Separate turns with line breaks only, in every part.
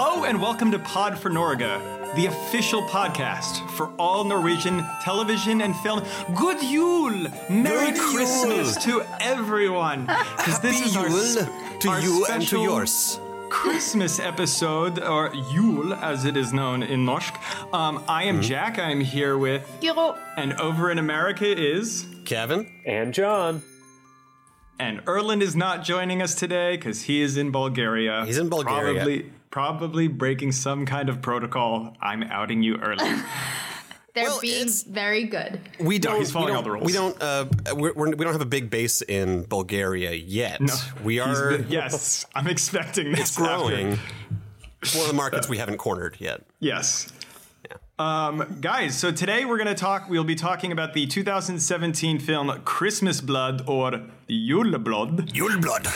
welcome to Pod for Norga, the official podcast for all Norwegian television and film. Good Yule! Merry
Good
Christmas to everyone! Because this is our, sp-
Yule to
our
you and to
special
yours.
Christmas episode, or Yule as it is known in Norsk. Um, I
Hmm.
am Jack, I am here with,
Giro.
and over in America is.
Kevin?
And John.
And Erland is not joining us today because he is in Bulgaria.
He's in Bulgaria.
Probably, probably breaking some kind of protocol. I'm outing you, Erland.
They're
Well,
being
it's-
very good.
We don't.
he's following
we
all
don't,
the rules.
We don't. Uh, we're, we're, we don't have a big base in Bulgaria yet. we
He's
are
been- yes, I'm expecting this. It's
growing. It's one of the markets we haven't cornered yet.
Yes. Um, guys, so today we're going to talk, we'll be talking about the 2017 film Christmas Blood or Juleblod.
Yulblood.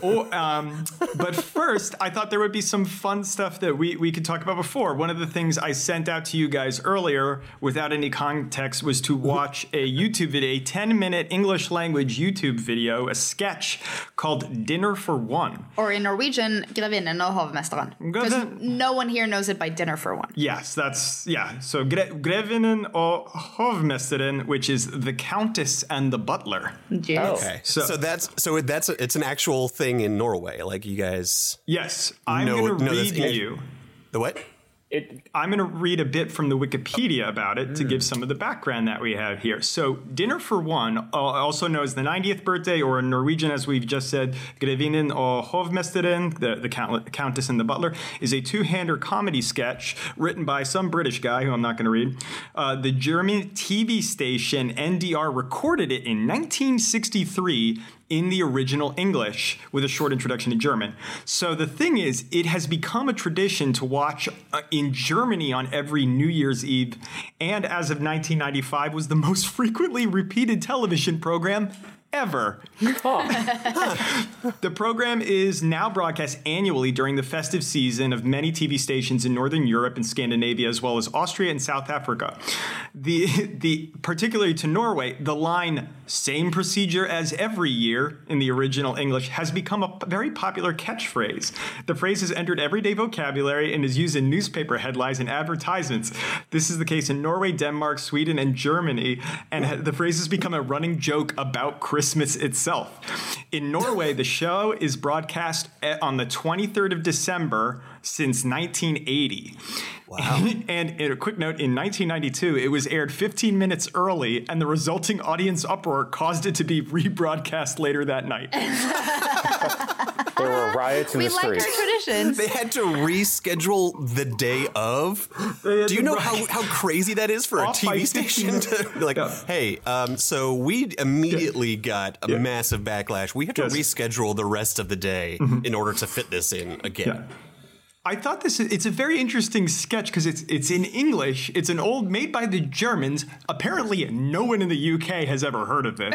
Oh, um, but first, I thought there would be some fun stuff that we, we could talk about before. One of the things I sent out to you guys earlier without any context was to watch a YouTube video, a 10 minute English language YouTube video, a sketch called Dinner for One.
Or in Norwegian, Grevinnen og hovmesteren. Because
Grevin-
no one here knows it by dinner for one.
Yes, that's, yeah. So Gre- Grevinnen og Hovmesteren, which is the Countess and the Butler.
Oh.
Jeez.
Okay.
so,
So-
that's so that's it's an actual thing in Norway. Like you guys,
Yes, I'm
No,
going to
no, that's
read
English.
you.
the what?
It
I'm going to read a bit from the Wikipedia about it to give some of the background that we have here. So, Dinner for One, uh, also known as the 90th birthday, or in Norwegian, as we've just said, Grevinnen og Hovmesteren, the, the count- Countess and the Butler, is a two hander comedy sketch written by some British guy who I'm not going to read. Uh, the German TV station NDR recorded it in 1963 in the original English with a short introduction in German. So the thing is, it has become a tradition to watch uh, in Germany on every New Year's Eve, and as of 1995, was the most frequently repeated television program ever. The program is now broadcast annually during the festive season of many TV stations in Northern Europe and Scandinavia, as well as Austria and South Africa. The, the particularly to Norway, the line "same procedure as every year" in the original English has become a p- very popular catchphrase. The phrase has entered everyday vocabulary and is used in newspaper headlines and advertisements. This is the case in Norway, Denmark, Sweden, and Germany, and ha- the phrase has become a running joke about Christmas itself. In Norway, the show is broadcast e- on the 23rd of December since 1980. Wow. and in a quick note, in 1992, it was aired 15 minutes early, and the resulting audience uproar caused it to be rebroadcast later that night.
there were riots in
We
the
like our
streets.
traditions.
They had to reschedule the day of.
had
Do you
to
know
run-
how, how crazy that is for a
Off by
TV
15
station to be like,
Yeah.
hey, um, so we immediately got a
Yeah.
massive backlash. We have to
Yes. Mm-hmm.
reschedule the rest of the day in order to fit this in again.
I thought this it's a very interesting sketch because it's it's in English. It's an old made by the Germans. Apparently, no one in the UK has ever heard of this.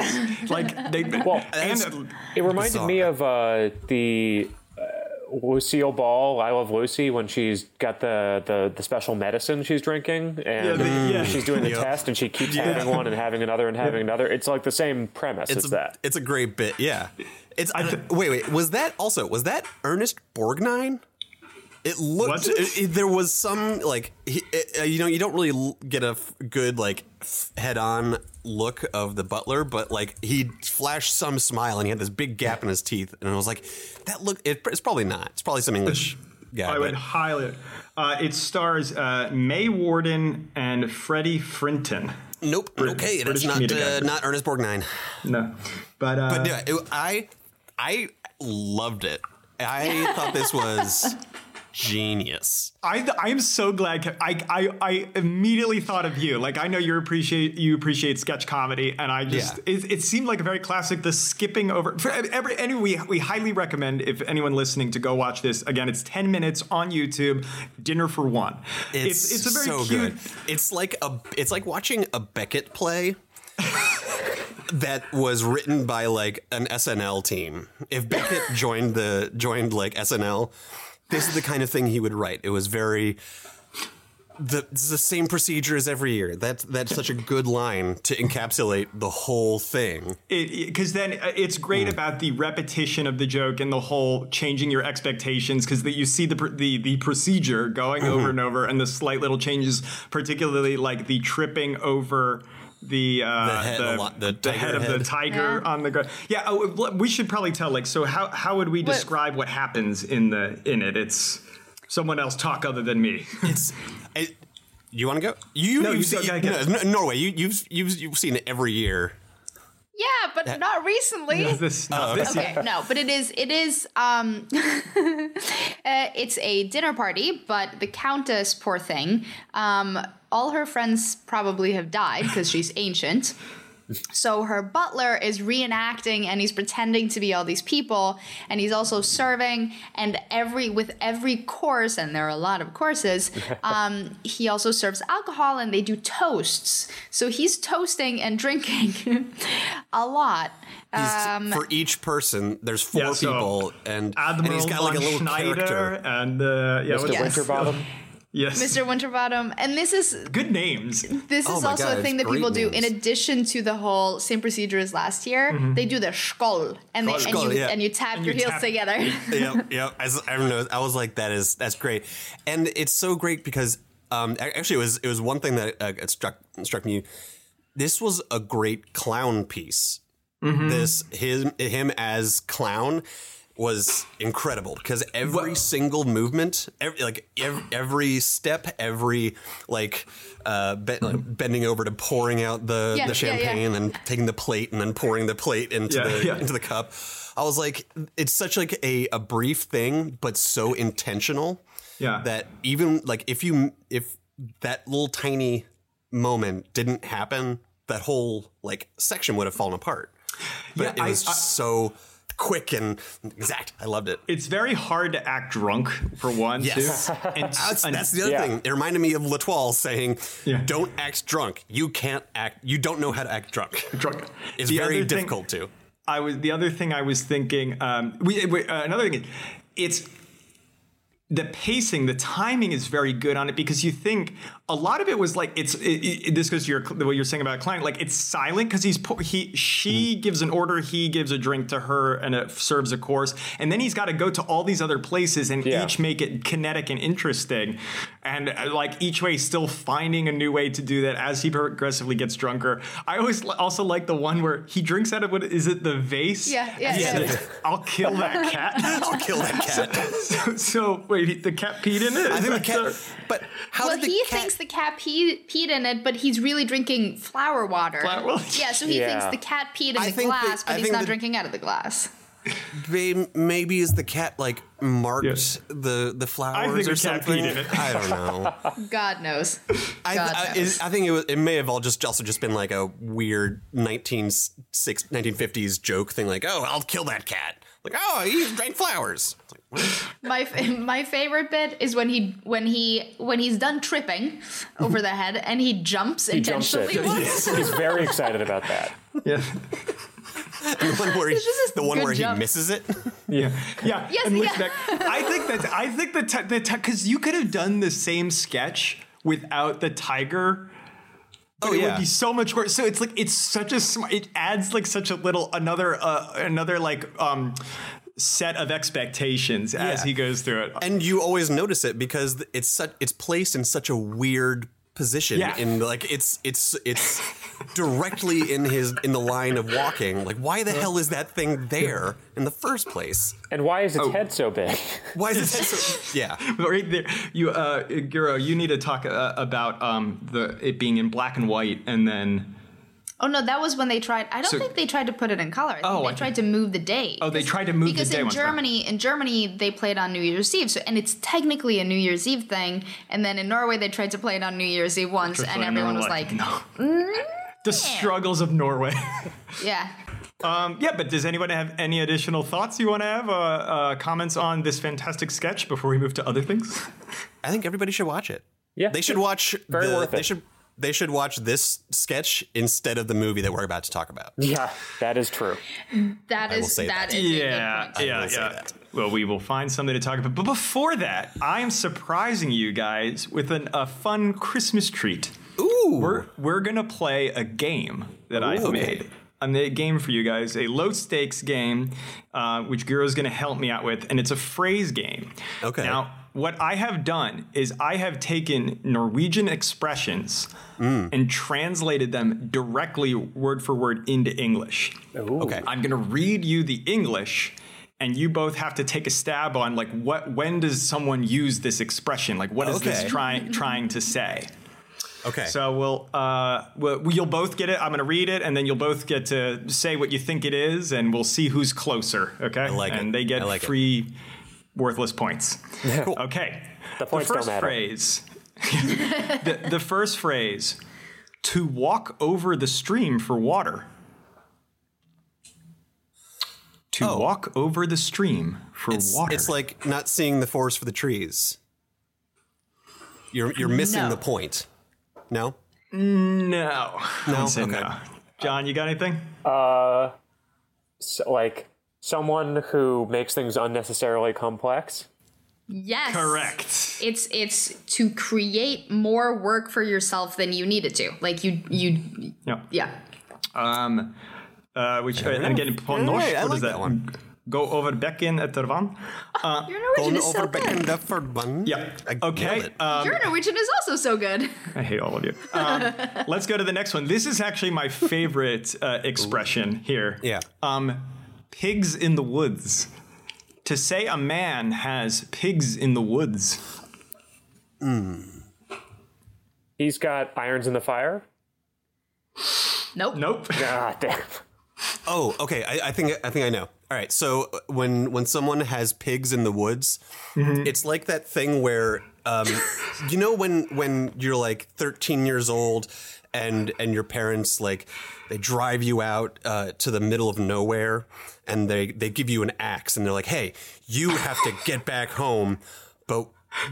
like they
Well,
and
It reminded me of uh, the uh, Lucille Ball, I Love Lucy, when she's got the, the, the special medicine she's drinking,
yeah,
and
the, yeah.
she's doing the
Yep.
test, and she keeps having one and having another and having another. It's like the same premise
It's
as
a,
that.
it's a great bit, yeah. It's uh,
I thi-
wait, wait. Was that also was that Ernest Borgnine? It looked
Was it?
it- there was some like he, uh, you know you don't really l- get a f- good like f- head-on look of the butler, but like he flashed some smile and he had this big gap in his teeth, and I was like, that look. It, it's probably not. It's probably some English guy.
I would
but-
highly. Uh, it stars uh, May Warden and Freddie Frinton.
nope. okay, it
British
is not
comedic
uh,
actor.
not Ernest Borgnine.
No, but, uh,
But yeah, it, I I loved it. I thought this was genius.
I th- I am so glad. Ke- I, I I immediately thought of you. Like I know you appreciate you appreciate sketch comedy, and I just
Yeah.
it, it seemed like a very classic. The skipping over. For every anyway, we we highly recommend if anyone listening to go watch this again. It's ten minutes on YouTube. Dinner for one.
It's it's, so good. It's like a it's like watching a Beckett play that was written by like an SNL team. If Beckett joined the joined like SNL, this is the kind of thing he would write. It was very the it's the same procedure as every year. That's that's such a good line to encapsulate the whole thing.
because then uh, it's great
Hmm.
about the repetition of the joke and the whole changing your expectations because that you see the, pr- the the procedure going
Mm-hmm.
over and over and the slight little changes particularly like the tripping over the uh,
The head a lot- the tiger
head of the
head.
tiger
Yeah.
on the go- yeah oh, w- we should probably tell like so how how would we describe what happens in the in it it's someone else talk other than me
It's. I, you want to go? You,
No,
you've
you
seen,
go, go, go.
no, no, Norway. You, you've you've you've seen it every year.
Yeah, but not recently.
this,
Oh,
not this
okay, no, but it is it is um uh, it's a dinner party, but the countess, poor thing, um all her friends probably have died because she's ancient. So her butler is reenacting and he's pretending to be all these people and he's also serving and every with every course and there are a lot of courses um, he also serves alcohol and they do toasts. So he's toasting and drinking a lot.
He's- for each person, there's four
Yeah, so
people, and, and
Admiral
he's got like a
von
little
Schneider
character.
and uh, yeah,
Mr.
what's-
Yes.
Winterbottom.
Yes.
Mr. Winterbottom, and this is
Good names.
this
Oh
is
my
also
God,
a
it's
thing that
great
people do.
names.
In addition to the whole same procedure as last year, they do the skoll and they, and,
Skoll,
you,
yeah.
and you tap
Mm-hmm. And
your
you
heels
tap-
together.
yep, yep. I, s- I don't know. I was like, that is that's great, and it's so great because um, a- actually, it was it was one thing that uh, it struck struck me. This was a great clown piece.
Mm-hmm.
This him him as clown was incredible because every single movement, every, like every, every step, every like, uh, be- like bending over to pouring out the,
Yeah,
the
yeah, yeah.
champagne and then taking the plate and then pouring the plate into
Yeah,
the
yeah.
into the cup. I was like, it's such like a, a brief thing, but so intentional
Yeah.
that even like if you if that little tiny moment didn't happen, that whole like section would have fallen apart. But
Yeah,
it
I-
was
I-
just so quick and exact. I loved it.
It's very hard to act drunk for one,
Yes.
too. And,
That's,
and-
that's the other
Yeah.
thing. It reminded me of Latoile saying,
Yeah.
"Don't act drunk. You can't act. You don't know how to act drunk.
drunk.
It's
The
very
other thing-
difficult to."
I was the other thing I was thinking. Um, we, we uh, another thing. It's the pacing, the timing is very good on it because you think a lot of it was like it's. It, it, this goes to your what you're saying about client, like it's silent because he's po- he she gives an order, he gives a drink to her, and it serves a course, and then he's got to go to all these other places and
Yeah.
each make it kinetic and interesting, and uh, like each way still finding a new way to do that as he progressively gets drunker. I always li- also like the one where he drinks out of what is it the vase?
Yeah, yeah,
And he
yeah.
says, I'll kill that cat.
I'll kill that cat.
so, so wait, the cat peed in it.
I think the
So-
cat. But how
well,
did the
he
cat?
thinks the cat peed, peed in it, but he's really drinking flower water.
Flower- well,
yeah, so he
yeah.
thinks the cat peed in
I
the
think that-
glass,
I
but he's
think
not
that-
drinking out of the glass.
Babe, maybe is the cat like marked
Yes.
the the flowers
I think
or
the cat
something?
peed in it.
I don't know.
God knows.
I,
God
I,
knows.
it- I think it, was, it may have all just also just been like a weird 19, six, 1950s joke thing, like oh, I'll kill that cat. Like oh, he drank flowers. It's like, what?
My f- my favorite bit is when he when he when he's done tripping over the head and he jumps
He jumps
intentionally.
it. He's very excited about that.
Yeah,
the one where, he,
It's just
the one
good
where he
jump.
misses it.
yeah, yeah.
Yes,
and looks
yeah.
back- I think that I think the ti- the because you could have done the same sketch without the tiger. But
Oh,
it
yeah.
would be so much worse. So it's like it's such a sm- it adds like such a little another uh, another like um set of expectations as
Yeah.
he goes through it.
and you always notice it because it's such it's placed in such a weird position
Yeah.
in like it's it's it's directly in his in the line of walking like why the hell is that thing there in the first place
And why is its head so big?
why is it so yeah
But right there, you, uh, Giro, you need to talk uh, about um, the it being in black and white, and then
Oh no, that was when they tried. I don't
So-
think they tried to put it in color. I think
Oh, I
they tried to move the date.
Oh, they tried to move the
because
day
in
once, right.
Germany, in Germany, they played on New Year's Eve. So, and it's technically a New Year's Eve thing. And then in Norway, they tried to play it on New Year's Eve once, and everyone was like,
no. The struggles of Norway.
"Yeah,
um, yeah, but does anyone have any additional thoughts you want to have? Uh, uh, comments on this fantastic sketch before we move to other things?
i think everybody should watch it
Yeah.
they should watch
Very
the,
worth
they
it.
should they should watch this sketch instead of the movie that we're about to talk about
Yeah, that is true.
that
will
is
say
that
that.
is a good point.
I will say that.
Well, we will find something to talk about. But before that, I am surprising you guys with an, a fun Christmas treat.
Ooh.
We're we're gonna play a game that I've
Ooh.
made. I made a game for you guys, a low stakes game, uh, which Guro's gonna help me out with, and it's a phrase game.
Okay.
Now, what I have done is I have taken Norwegian expressions
Mm.
and translated them directly word for word into English.
okay.
I'm going to read you the English and you both have to take a stab on like what when does someone use this expression? Like what is
Okay.
this trying trying to say?
okay.
So we'll uh we'll, you'll both get it. I'm going to read it and then you'll both get to say what you think it is and we'll see who's closer, okay?
like it.
and they get
I like it.
free worthless points. Okay. The
points don't
first
matter.
phrase the, the first phrase to walk over the stream for water. To walk over the stream for
Oh. it's,
water.
it's like not seeing the forest for the trees. You're you're missing
No.
the point. No.
no.
No.
Say no. John, you got anything?
So, uh, like someone who makes things unnecessarily complex.
Yes.
Correct.
It's it's to create more work for yourself than you needed to. Like you you
Yeah.
yeah.
Um, uh, which, uh, and again, på
All
norsk,
right, I
what is
like
that?
that one.
Go over bekken etter vann?
Your Norwegian is so
back
good.
and up for bun.
Yeah.
I nailed
Okay.
it.
Um,
Your Norwegian is also so good.
I hate all of you. Um, let's go to the next one. This is actually my favorite uh, expression here.
Yeah.
Um, pigs in the woods. To say a man has pigs in the woods.
He's got irons in the fire.
Nope.
Nope.
Ah, damn.
Oh, okay. I, I think I think I know. All right. So uh, when when someone has pigs in the woods,
Mm-hmm.
it's like that thing where um, you know when when you're like 13 years old and and your parents like they drive you out uh, to the middle of nowhere and they they give you an axe and they're like, "Hey, you have to get back home." But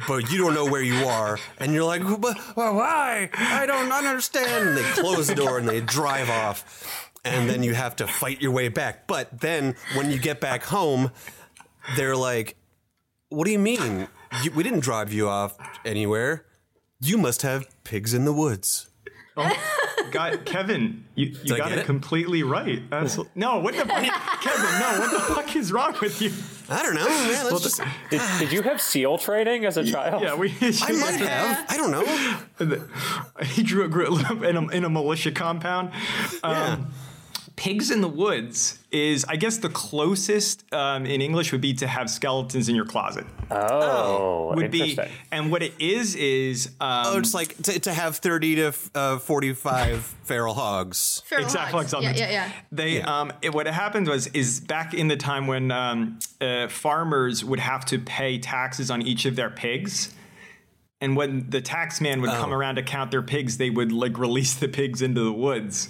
but you don't know where you are, and you're like, but, well, why? I don't understand. And they close the door and they drive off, and then you have to fight your way back. But then when you get back home, they're like, "What do you mean? You, we didn't drive you off anywhere. You must have pigs in the woods."
Got Kevin, you, you
I
got
get
it
it?
completely right. That's, no, what the fuck? Kevin, no, what the fuck is wrong with you?
I don't know. Man, let's just,
Did, did you have seal training as a child?
Yeah, we
I might have. I don't know.
he drew a grid in a, in a militia compound. Um,
Yeah.
Pigs in the Woods is, I guess, the closest um, in English would be to have skeletons in your closet.
Oh,
would be,
interesting.
and what it is is um,
Oh, it's like to, to have thirty to uh, forty-five feral hogs.
Feral
exact
Hogs.
flex on
Yeah,
the-
yeah, yeah.
They
Yeah.
um, it, what happened was is back in the time when um, uh, farmers would have to pay taxes on each of their pigs. And when the tax man would
Oh.
come around to count their pigs, they would like release the pigs into the woods,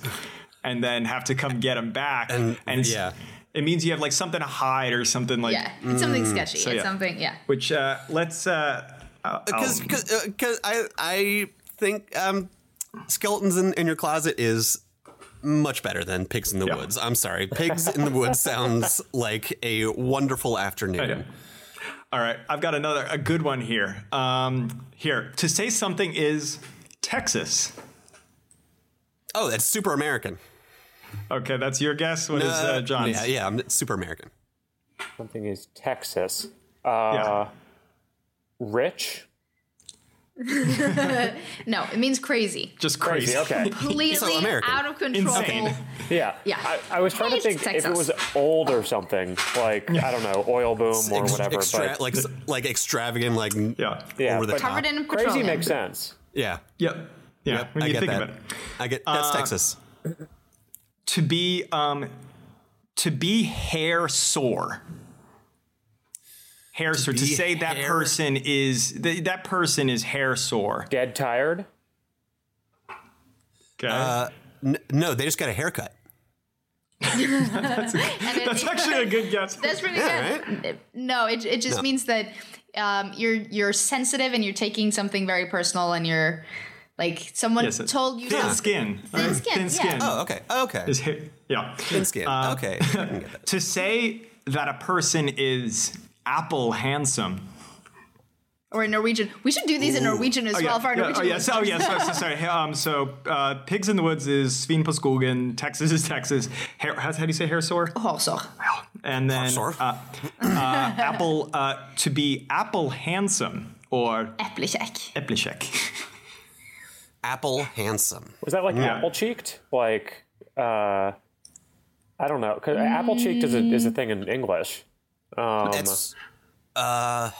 and then have to come get them back. And, it's-
yeah.
it means you have like something to hide or something like. mm,
Yeah. It's something sketchy.
yeah.
It's something yeah.
Which uh, let's uh,
because because uh, I I think um, skeletons in, in your closet is much better than pigs in the
Yeah.
woods. I'm sorry, pigs in the woods sounds like a wonderful afternoon.
Yeah. All right, I've got another a good one here. Um, here to say something is Texas.
Oh, that's super American.
Okay, that's your guess. What is uh, John's?
Yeah, yeah, I'm super American.
Something is Texas. Uh,
Yeah.
Rich.
No, it means crazy.
Just crazy.
Okay.
So
Completely
American.
out of control.
Insane.
Yeah.
Yeah.
I, I was trying to
It's
think if it
Texas.
was old or something, like I don't know, oil boom or
Ex-
whatever.
extra-
but
like like extravagant, like n-
Yeah.
yeah,
over the
but
top.
Covered in
crazy
petroleum.
makes sense.
yeah.
Yep. Yeah.
Yep,
when
I
you
get
think
that.
about it,
I get
Uh,
that's Texas.
to be um, to be hair sore. Hair sore. To
be
say that
hair-
person is th- that person is hair sore.
Dead tired.
Okay.
Uh, N- no, they just got a haircut.
And it-
that's actually a good guess.
That's pretty good. No, it, it just
No.
means that um, you're you're sensitive and you're taking something very personal and you're like someone
Yes, it-
told you
Thin
not-
skin.
Thin skin,
Thin
yeah.
skin.
Oh, okay, oh, okay.
Is uh, hair- yeah.
Thin skin. okay, I can get that.
To say that a person is apple handsome.
or in Norwegian. We should do these in Norwegian as
Oh,
well
yeah.
for our
yeah,
Norwegian.
oh, yes. Oh,
listeners.
yes. So, so, sorry. Hey, Um, so, uh, Pigs in the Woods is Sveen på skogen. Texas is Texas. Hair, how, how do you say hair sore?
Also,
And then
Sore.
uh, uh, apple uh, to be apple handsome or
äppelkärk.
eplishek.
Apple handsome.
Was that like apple cheeked? Like, uh, I don't know. 'Cause apple cheeked is a, is a thing in English. Um,
That's uh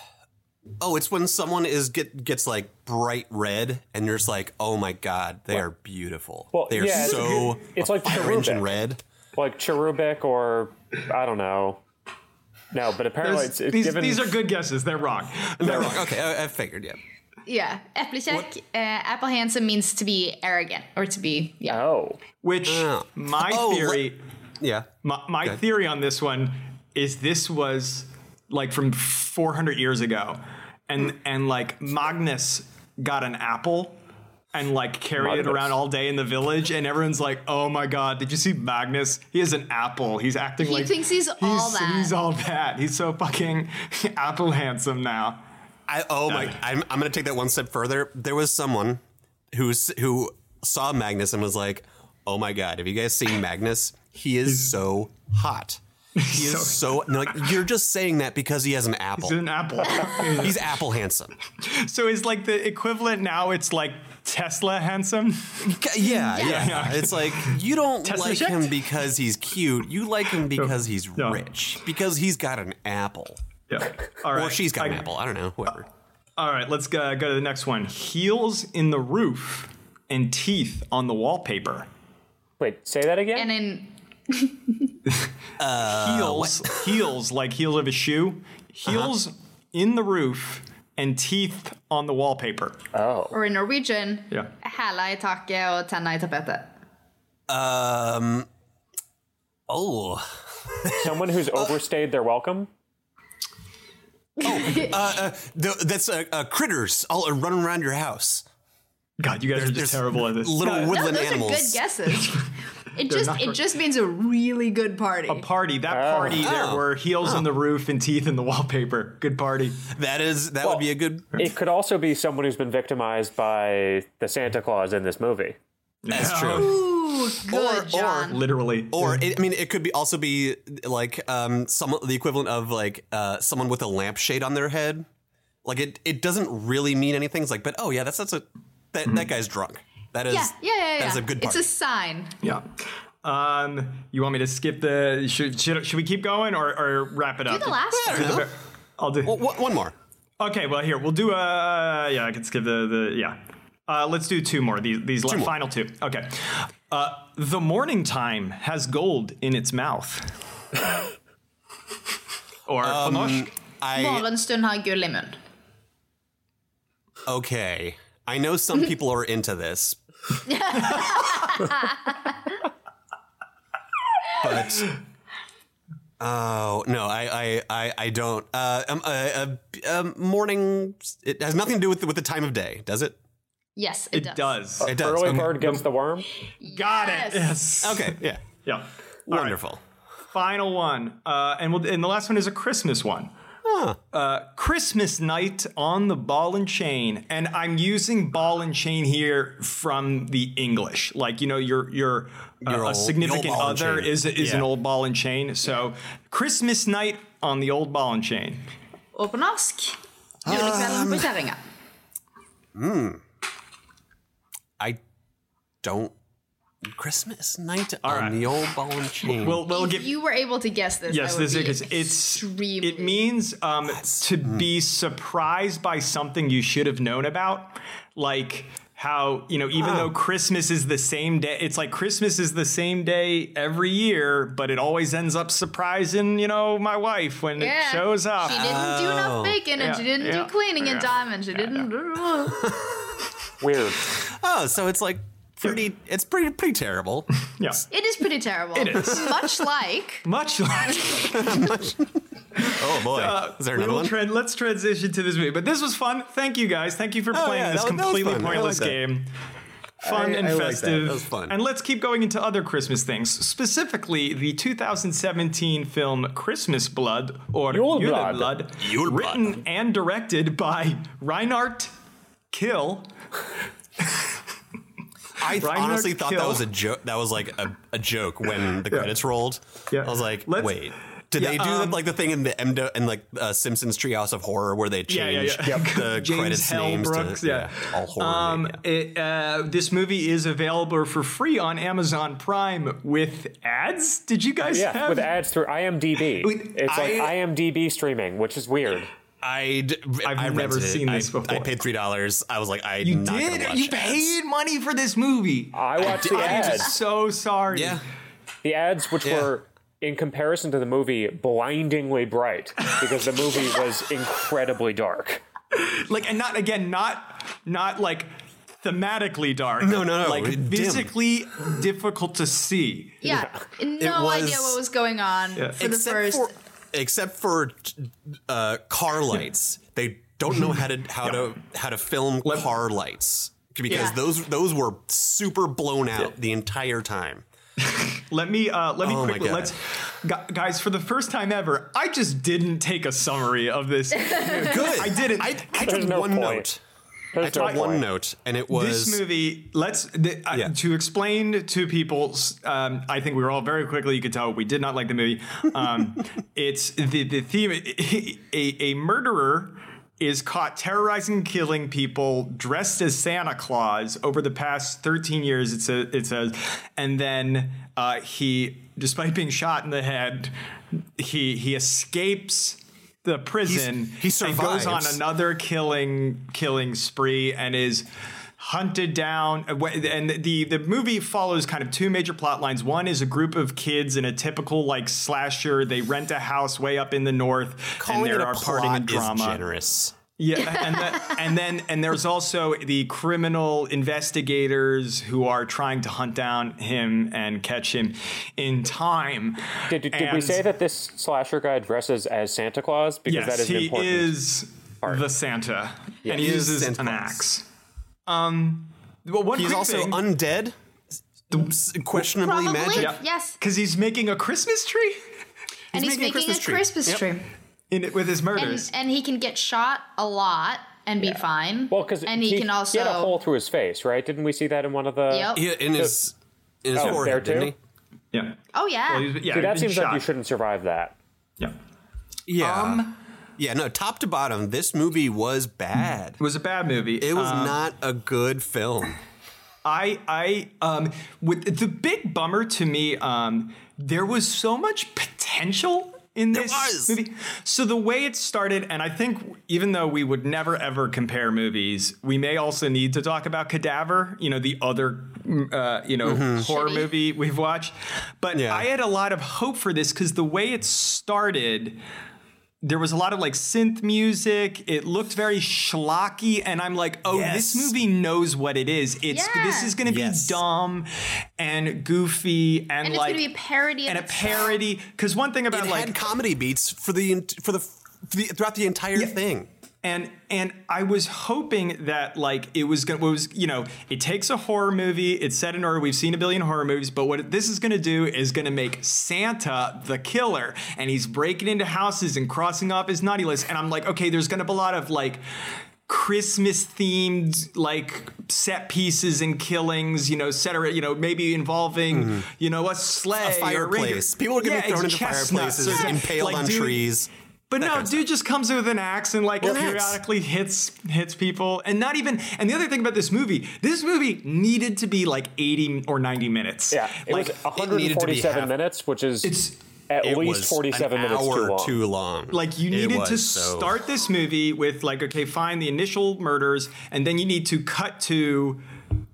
oh, it's when someone is get gets like bright red and you're just like, oh my god, they are beautiful.
Well,
they are
yeah, it's-
so
it's like
fire engine
cherubic.
red.
like cherubic or I don't know. No, but apparently
There's-
it's, it's
these,
given.
these are good guesses. They're wrong.
They're wrong. Okay, I, I figured. Yeah,
Yeah, äppelkärk. Uh, apple handsome means to be arrogant or to be yeah.
oh,
Which
Yeah.
my
Oh,
theory,
yeah.
my, my
Okay.
theory on this one is this was like from 400 years ago, and and like Magnus got an apple. And like carried it
Magnus.
around all day in the village, and everyone's like, "Oh my god, did you see Magnus? He is an apple. He's acting
He
like
thinks he's all that."
He's all that. He's so fucking apple handsome now."
I, oh my! I'm, I'm going to take that one step further. There was someone who s- who saw Magnus and was like, "Oh my god, have you guys seen Magnus? He is so hot. He is so, no, like you're just saying that because he has an apple.
He's an apple.
He's apple handsome.
so is like the equivalent now. It's like Tesla handsome.
Ca- Yeah, yeah.
Yeah.
It's like you don't
Tesla
like
checked?
him because he's cute. You like him because he's
Yeah.
rich. Because he's got an apple,
Yeah. All right.
or she's got an
I-
apple. I don't know. Whoever.
All right. Let's go, go to the next one. Heels in the roof and teeth on the wallpaper.
wait, say that
Oh.
again.
And in
Uh,
Heels. heels like heel of a shoe.
Uh-huh.
Heels in the roof and teeth on the wallpaper.
Uh,
or in Norwegian,
Yeah.
häla i taket och tända i tapetet.
Um. Oh.
Someone who's overstayed their welcome.
Th Uh, that's uh, uh, critters all running around your house.
God, you guys are
There's
just terrible at this.
Little
No,
woodland
those
animals.
are good guesses. It
not
just
right.
it just means a really good party.
Party that party there
Oh.
were heels in the roof and teeth in the wallpaper. Good party.
That is. That would be a good.
It could also be someone who's been victimized by the Santa Claus in this movie.
That's
Yeah.
true.
Ooh,
Or- or
good, John.
Literally.
Or it, I mean, it could be also be like um, some the equivalent of like uh, someone with a lampshade on their head. Like it, it doesn't really mean anything. It's like, but oh yeah, that's that's a that, that guy's drunk. That is
yeah, yeah, yeah, yeah.
That is a good
it's
party.
a sign.
Yeah. Um, you want me to skip the? Should should, should we keep going or, or wrap it up?
Do the last
I
one.
don't know.
I'll do.
Well, one- one more.
Okay. Well, here we'll do. Uh, yeah, I can skip the the. Yeah. Uh, let's do two more. These these la-
more.
final two. Okay. Uh, the morning time has gold in its mouth. Um, or Pomosh.
Um, I
Morgenstund har gull i mun.
okay. I know some people are into this, but oh no, I I I, I don't. Uh, um, uh, uh, um, morning. It has nothing to do with with the time of day, does it?
Yes, it,
It does.
It does.
Early
okay.
bird gets the worm.
Got
Yes.
it. Yes.
Okay. Yeah.
Yeah.
Wonderful.
Final one. Uh, and we'll, and the last one is a Christmas one. Uh,
Huh.
Christmas night on the ball and chain, and I'm using ball and chain here from the English. Like you know, your your, uh,
Your
a
old- the
significant
old ball and
other
chain.
is is an
Yeah.
old ball and chain. So Christmas night on the old ball and chain.
Og på norsk
Um,
Julekvelden på kjerringa.
I don't. Christmas night on the old ball and chain.
We'll we'll
If
get
you were able to guess this,
yes.
I would
This
be
is it's
extremely.
it means um, to be surprised by something you should have known about, like. How you know? Even though Christmas is the same day, it's like Christmas is the same day every year, but it always ends up surprising you know my wife when
Yeah.
it shows up. Oh.
She didn't do enough bacon, and
Yeah,
she didn't
yeah,
do cleaning in
yeah,
time, and she didn't.
Weird.
oh, so it's like pretty. It's pretty pretty terrible.
Yeah,
It is pretty terrible. It
is.
much like
much like
Oh boy.
Uh,
is there
we
another
will
one?
tran- let's transition to this movie. But this was fun. Thank you guys. Thank you for
Oh,
playing
yeah,
this
that was- that was
completely
fun. I
pointless
like that.
game. fun
I-
and
I like that.
festive.
That was fun.
And let's keep going into other Christmas things, specifically the 2017 film Christmas Blood or
Yule
Yule
Blood.
Blood,
Yule Blood.
written and directed by Reinhard Kill.
I
Reinhard
honestly thought that
Kill.
was a joke. That was like a, a joke when the credits rolled.
Yeah.
I was like,
Let's-
wait, did
Yeah,
they do
um,
like the thing in the MDO and like uh, Simpsons Treehouse of Horror where they
Yeah, yeah,
change
yeah.
the
James
credits
Hell
names
Brooks,
to
yeah.
all horror?
Um,
names, yeah.
it, uh, this movie is available for free on Amazon Prime with ads. Did you guys
Yeah,
have
with ads through IMDb.
Wait,
it's like
I-
IMDb streaming, which is weird.
I'd,
I've
I
never
rented it.
seen this
I,
before.
I paid three dollars. I was like, I
You
not gonna
did?
Watch
You
ads.
paid money for this movie.
I watched
I-
the
I
I'm
ads.
just-
so sorry.
Yeah,
The ads, which
Yeah.
were in comparison to the movie, blindingly bright because the movie was incredibly dark.
Like and not again, not not like thematically dark.
No, no, no,
Like
dim.
physically difficult to see.
Yeah,
It
no
was-
idea what was going on for the
except
first.
for except for uh, car lights. They don't know how to how to how to film car lights because
Yeah.
those those were super blown out the entire time.
Let me uh let me
Oh my
quickly
God.
let's gu- guys for the first time ever, I just didn't take a summary of this.
Good. I
didn't.
I, I took
no
one
point.
note. I
There's no
took one
point.
note, and it
this
was
movie let's th- uh,
Yeah.
to explain to people um, i think we were all very quickly you could tell we did not like the movie um, it's the, the theme a, a murderer is caught terrorizing and killing people dressed as santa claus over the past 13 years it says, it says and then uh, he despite being shot in the head he he escapes the prison
He's- he
and goes on
survives.
another another killing killing spree and is hunted down and the the movie follows kind of two major plot lines one is a group of kids in a typical like slasher they rent a house way up in the north
calling
and
it
there
a
are
plot
parting and
is
drama
generous.
yeah, and, the, and then and there's also the criminal investigators who are trying to hunt down him and catch him in time.
Did, did, did we
And-
say that this slasher guy dresses as Santa Claus?
Yes,
Because that is an
he
important.
is the Santa, and he,
He is
uses
Santa
an
Claus.
axe. Um, well, one
He's
quick
also
thing,
undead, s- questionably
Probably,
magic.
yes.
because he's making a Christmas tree
and he's making,
making a Christmas
a
tree.
Christmas
Yep.
tree,
in it with his
and
murders.
and he can get shot a lot and be fine.
Well, because
and he, can also
he had a hole through his face, right? Didn't we see that in one of the?
Yep.
He- in his in his
Oh, there
forehead,
too?
didn't he?
yeah.
oh yeah,
Well, he's- yeah,
Dude, that
he's been
seems like
shot.
you shouldn't survive that.
Yeah.
Yeah.
Um,
yeah, no, top to bottom, this movie was bad.
It was a bad movie.
It was not a good film.
I I um with the big bummer to me um there was so much potential in this
was.
movie. So the way it started and I think even though we would never ever compare movies, we may also need to talk about Cadaver, you know, the other mm, uh, you know, horror
Shitty.
movie we've watched. But
Mm-hmm. Yeah.
I had a lot of hope for this cuz the way it started there was a lot of like synth music. It looked very schlocky, and I'm like, oh,
Yes.
this movie knows what it is. It's this
Yeah.
is going to
Yes.
be dumb and goofy and,
and it's
like
gonna be a parody of
and a
itself.
parody. Because one thing
It
about like
had comedy beats for the en- for the, for the throughout the entire thing.
and and I was hoping that like it was gonna was you know it takes a horror movie it's set in order we've seen a billion horror movies but what this is gonna do is gonna make Santa the killer and he's breaking into houses and crossing off his naughty list and I'm like okay there's gonna be a lot of like Christmas themed like set pieces and killings you know et cetera you know maybe involving you know a sleigh or
Mm-hmm. A fireplace. People are getting
Yeah,
thrown
it's
into
chestnuts
fireplaces,
or-
impaled
like,
on
dude,
trees.
but no,
kind of
dude just comes with an axe and like
Relax.
periodically hits hits people, and not even. And the other thing about this movie, this movie needed to be like eighty or ninety minutes.
Yeah, it
like
was
needed to be
147
half-
minutes, which is
It's-
at
It
least
was
47
an
minutes
hour
too long.
like you
It
needed to
was so-
start this movie with like okay, fine, the initial murders, and then you need to cut to.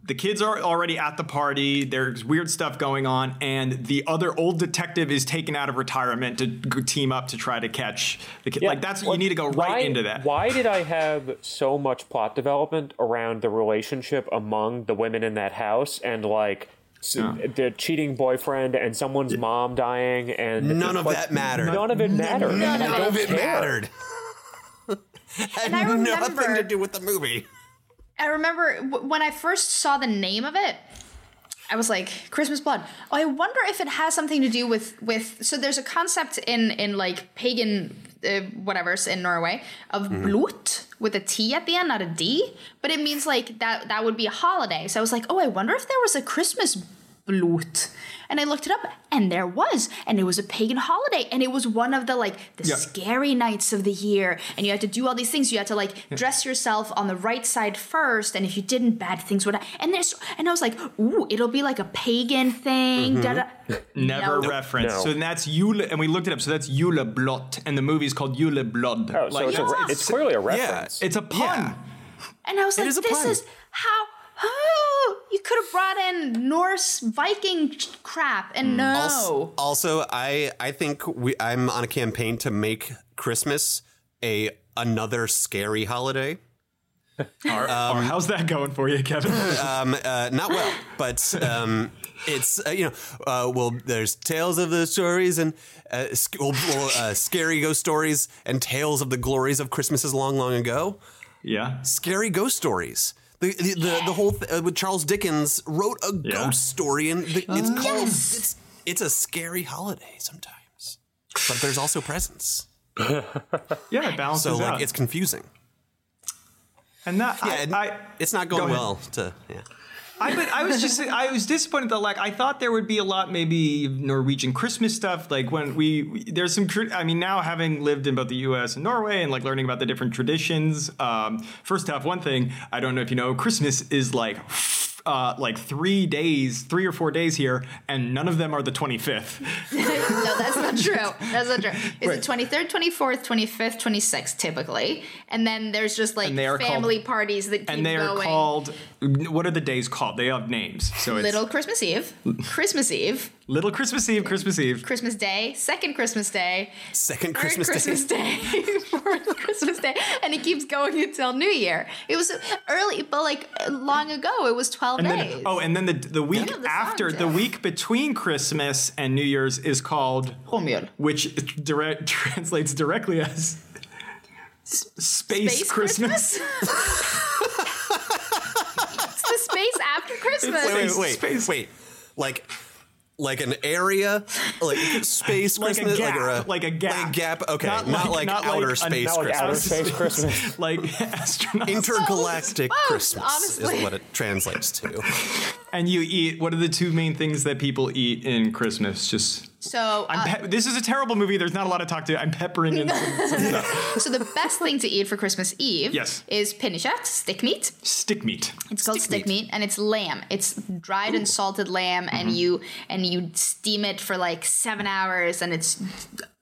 The kids are already at the party. There's weird stuff going on, and the other old detective is taken out of retirement to g- team up to try to catch the kid.
Yeah,
Like that's
like,
you need to go right
why-
into that.
Why did I have so much plot development around the relationship among the women in that house and like s the cheating boyfriend and someone's mom dying and
None of
like,
that mattered.
None of it mattered.
none of
I don't
it
care.
mattered. had
I
nothing
remember-
to do with the movie.
I remember w- when I first saw the name of it, I was like Christmas blood. Oh, I wonder if it has something to do with with. So there's a concept in in like pagan uh, whatever's in Norway of blut with a T at the end, not a D, but it means like that that would be a holiday. So I was like, oh, I wonder if there was a Christmas blut. And I looked it up, and there was, and it was a pagan holiday, and it was one of the like the
Yeah.
scary nights of the year, and you had to do all these things. You had to like dress yourself on the right side first, and if you didn't, bad things would. ha- And there's, and I was like, ooh, it'll be like a pagan
Mm-hmm.
thing. da da
Never
No.
referenced.
No.
So that's Yule, and we looked it up. So that's Yule Blot, and the movie's called Yule Blood.
Oh, so it's, a, re- it's clearly a reference.
it's a pun.
Yeah.
And I was like,
is a
this
pun.
is how. Oh, you could have brought in Norse Viking crap, and
Mm.
no.
Also, also, I I think we I'm on a campaign to make Christmas a another scary holiday.
Or- or how's that going for you, Kevin?
Uh, not well, but um, it's uh, you know uh, well there's tales of the stories and uh, sc- well, well, uh, scary ghost stories and tales of the glories of Christmases long long ago.
yeah.
Scary ghost stories. The the, the, the whole th- uh, with Charles Dickens wrote a
Yeah.
ghost story and the, it's called
Yes.
it's it's a scary holiday sometimes, but there's also presents.
Yeah, it balances
So like
out.
it's confusing.
and that
Yeah, and
I, I,
it's not going
go ahead.
well. To yeah.
I, but I was just I was disappointed though. Like I thought there would be a lot maybe Norwegian Christmas stuff. Like when we, we- there's some. cr- I mean, now having lived in both the U.S. and Norway and like learning about the different traditions. Um, first off, one thing I don't know if you know, Christmas is like. Uh, like three days, three or four days here, and none of them are the 25th.
no, that's not true. That's not true. It's the twenty third, twenty fourth, twenty fifth, twenty sixth, typically, and then there's just like
And they are called-
family parties that keep
And they are
going.
called, what are the days called? They have names. So it's
Little Christmas Eve, Christmas Eve,
Little Christmas Eve, Christmas Eve.
Christmas Day, second Christmas Day,
Second
third
Christmas,
Christmas
Day.
Day, fourth Christmas Day, and it keeps going until New Year. It was early, but like long ago, it was twelve
And
days.
then, oh, and then the the week
Yeah, the
after,
song,
the
yeah.
week between Christmas and New Year's is called,
Romeo.
which direct, translates directly as s- space,
Space
Christmas.
it's the space after Christmas.
Wait, wait, wait,
Space.
wait. Like, like an area, like space
Like a
Christmas,
gap, like a gap.
like a gap. Okay,
Not
not,
like-
like,
not like
outer
an-
space
not
like
Christmas.
outer space Christmas.
like astronauts.
Intergalactic
Both, both,
Christmas
honestly.
is what it translates to.
and you eat. What are the two main things that people eat in Christmas? Just
So
I'm
uh,
pe- this is a terrible movie. There's not a lot of talk to. I'm peppering in some, some stuff.
So the best thing to eat for Christmas Eve
Yes.
is pinnekjøtt, stick meat.
Stick meat.
It's called stick, meat. and it's lamb. It's dried and salted lamb, and
Mm-hmm.
you and you steam it for like seven hours, and it's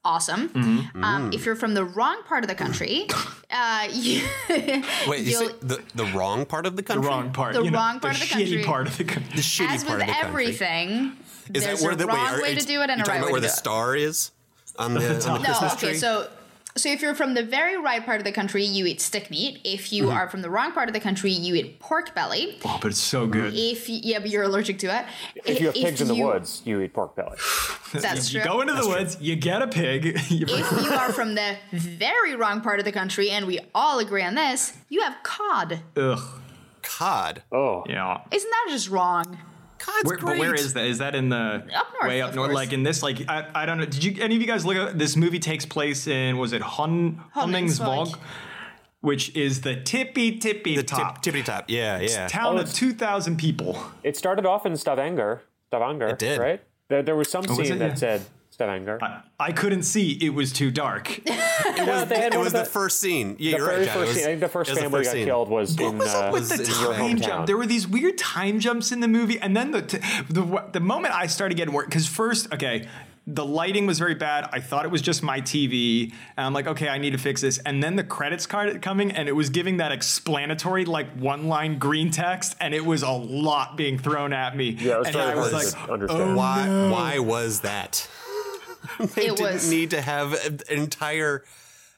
awesome.
Mm-hmm.
Um, if you're from the wrong part of the country, uh, you
Wait, is
You'll-
it the the wrong part of the country?
Wrong part.
The
you know,
wrong part of the
shitty
country.
part of the country.
the shitty
as
part
with
of the country.
everything,
Is
there's
that where
a
the
wrong
wait, are-
way
are-
to do it and
you
a
talking
right
about
way
where
to
the
do it.
star is on the, on the
No,
Christmas
okay.
tree?
So, so if you're from the very right part of the country, you eat stick meat. If
Mm-hmm.
you are from the wrong part of the country, you eat pork belly.
Oh, but it's so good.
If you, yeah, but you're allergic to it.
if you have pigs in the
you-
woods, you eat pork belly.
that's
You
true.
go into the woods, you get a pig. You bring-
if you are from the very wrong part of the country, and we all agree on this, you have cod.
Ugh.
Cod.
Oh,
Yeah.
Isn't that just wrong?
Cod's
Where, but
great.
where is that? Is that in the
Up north,
way up
of
north?
course.
Like in this, like I, I don't know. Did you any of you guys look at this movie? Takes place in was it Hun
Honningsvåg.
Honningsvåg, which is the tippy tippy
the
top
top, tippity top? Yeah, yeah.
Oh,
town of two thousand people.
it started off in Stavanger. Stavanger, it
did.
right? There, there was some
was
scene
it?
that
Yeah.
said Stavanger.
I couldn't see; it was too dark.
It was,
they had
it
one
was
of
the,
the-
first scene. Yeah,
the
you're
very
right, John. It
first
was-
scene, I think the first
it was
family
first
got
scene.
killed was in.
What was
uh,
up with the
in your
time
hometown.
jump? There were these weird time jumps in the movie, and then the t- the the moment I started getting worried because first, okay. The lighting was very bad. I thought it was just my TV. And I'm like, okay, I need to fix this. And then the credits card coming, and it was giving that explanatory, like one line green text, and it was a lot being thrown at me.
Yeah, it was
and
very
I was
hard to
like,
understand.
Why? Why was that? oh, they
It
didn't
was-
need to have an uh, entire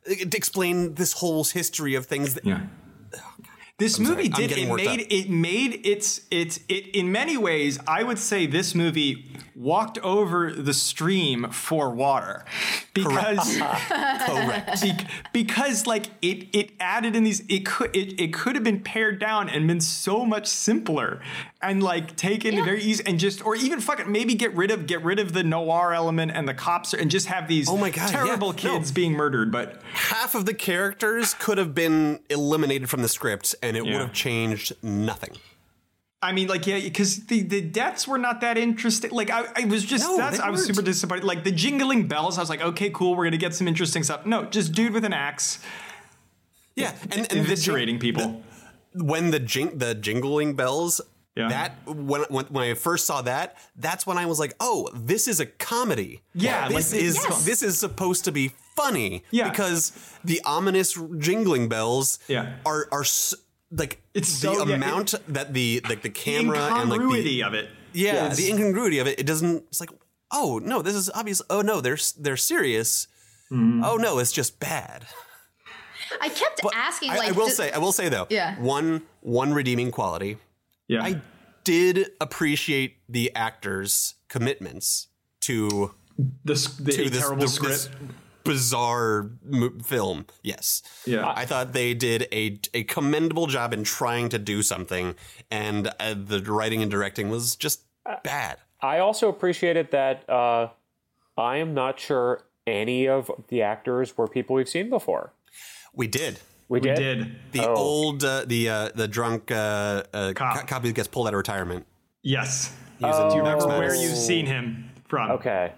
to explain this whole history of things. That,
yeah. This
I'm
movie
sorry, I'm
did
getting
it
worked
made
up.
it made its its it in many ways I would say this movie walked over the stream for water because
Correct.
Be- because like it it added in these it could it, it could have been pared down and been so much simpler and like taken
Yeah.
very easy and just or even fucking maybe get rid of get rid of the noir element and the cops and just have these
Oh my God, yeah.
terrible
No.
kids being murdered but
Half of the characters could have been eliminated from the script, and it
Yeah.
would have changed nothing.
I mean, like, yeah, because the, the deaths were not that interesting. Like, I, I was just,
No,
that's,
they
I was
weren't.
super disappointed. Like, the jingling bells, I was like, okay, cool, we're going to get some interesting stuff. No, just dude with an axe
Yeah, and, and the jing-
eviscerating people.
when the jing- the jingling bells.
Yeah.
That when, when when I first saw that, that's when I was like, "Oh, this is a comedy.
Yeah,
this
like-
is
Yes.
this is supposed to be funny.
Yeah.
because the ominous jingling bells.
Yeah.
are are s like
It's
the
so- yeah,
amount that the like the
The
camera and like the
incongruity of it.
yeah
Yes.
the incongruity of it. It doesn't. It's like, oh no, this is obvious. Oh no, they're s- they're serious.
Mm-hmm.
Oh no, it's just bad.
I kept
But
asking,
I,
like,
I will
d-
say, I will say though,
Yeah.
one one redeeming quality.
yeah.
I did appreciate the actors' commitments to
the, s- the,
to
a
this,
terrible
this-
script.
this bizarre mo- film. Yes,
Yeah.
I thought they did a a commendable job in trying to do something, and uh, the writing and directing was just bad.
I also appreciated that uh, I am not sure any of the actors were people we've seen before.
We did.
We,
we
did.
did.
The old, uh, the uh, the drunk uh, uh,
Cop.
co- cop who gets pulled out of retirement.
Yes.
He was in
Do you
Max
That's
remember
Manus.
where you've seen him from.
Okay.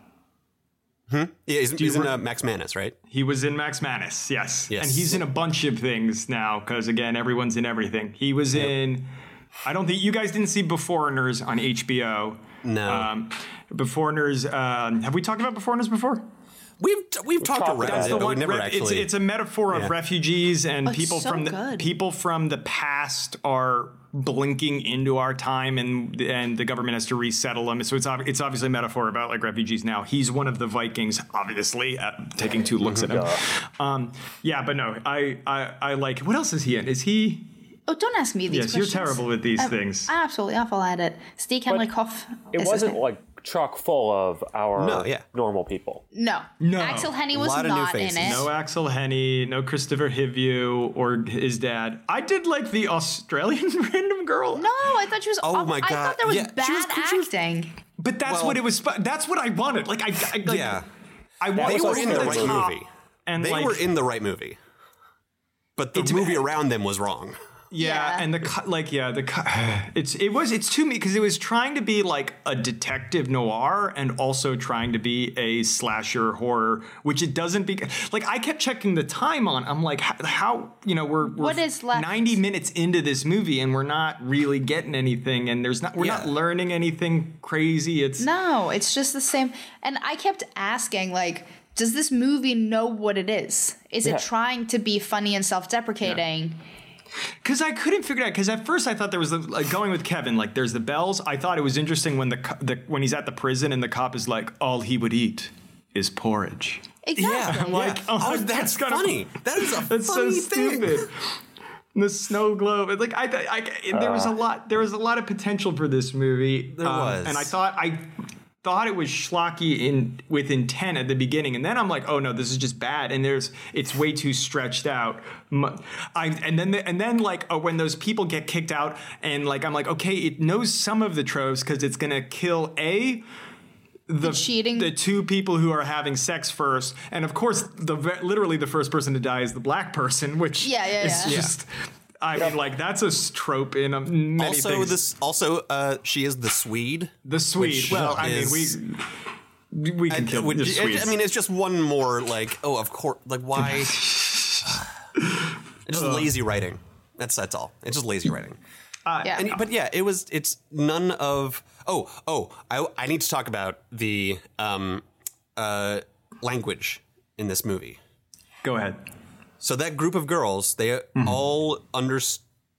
Yeah, he's, he's in
re-
uh, Max Manus, right?
He was in Max Manus, yes.
Yes.
And he's in a bunch of things now because, again, everyone's in everything. He was in, I don't think you guys didn't see Beforeigners on HBO.
No.
Um, Beforeigners, um, have we talked about Beforeigners before?
We've we've talked
talked
around
about
it,
it.
but Uh, we never
ref- it's,
actually.
it's a metaphor of refugees and
Oh, it's
people
so
from the
good.
people from the past are blinking into our time and and the government has to resettle them so it's ob- it's obviously a metaphor about like refugees now he's one of the vikings obviously uh, taking two looks
Oh
at him um yeah but no I, I i like what else is he in is he
Oh, don't ask me these
yes you're
questions. Uh,
terrible with these things
I'm absolutely awful at it. Stig Henrikhoff.
It wasn't like chock full of our
No, yeah.
normal people.
No.
No.
Axel Henny was
Lot of new
not in
faces.
it.
no Axel Henny, no Christopher Hivju or his dad. I did like the Australian random girl.
No, I thought she was.
Oh
awful.
my
I
God.
thought there was
Yeah,
bad
she was- she was-
acting.
But that's
Well-
what it was. sp- That's what I wanted. Like I, I like,
yeah,
I
That
wanted
they
was
were
like
in the
over the
right
top.
movie.
and
They
like,
were in the right movie, but the
It's-
movie around them was wrong.
yeah,
Yeah.
and the co- like, yeah, the co- it's it was it's too me because it was trying to be like a detective noir and also trying to be a slasher horror, which it doesn't be. Like I kept checking the time on. I'm like, how, how you know we're, we're
What is left?
90 minutes into this movie and we're not really getting anything, and there's not we're not
Yeah.
learning anything crazy. It's
No, it's just the same. And I kept asking, like, does this movie know what it is? Is
Yeah.
it trying to be funny and self-deprecating?
Because I couldn't figure it out. Because at first I thought there was the, like going with Kevin. Like there's the bells. I thought it was interesting when the, co- the when he's at the prison and the cop is like, all he would eat is porridge.
Exactly.
like, oh,
oh,
that's
that's
kinda-
funny. That is a
That's
funny
so
thing.
stupid. And the snow globe. It- Like I, th- I it- there was a lot. There was a lot of potential for this movie. There
was.
and I thought I thought it was schlocky in with intent at the beginning, and then I'm like, oh no, this is just bad. And there's it's way too stretched out. Mu- I and then the, and then like oh, when those people get kicked out, and like I'm like, okay, it knows some of the tropes because it's gonna kill a the,
cheating-
the two people who are having sex first, and of course, the ve- literally the first person to die is the black person, which
Yeah, yeah,
is
yeah.
just. I mean, like that's a s- trope in um, many
Also,
things.
this also uh, she is the Swede.
the Swede.
which
Well, I mean,
is-
we we can kill
Would-
the
it-
Swedes.
I mean, it's just one more like oh, of course, like why? it's just lazy writing. That's that's all. It's just lazy writing.
yeah.
And, but yeah, it was. It's none of. Oh, oh, I, I need to talk about the um, uh, language in this movie.
go ahead.
So that group of girls, they all under,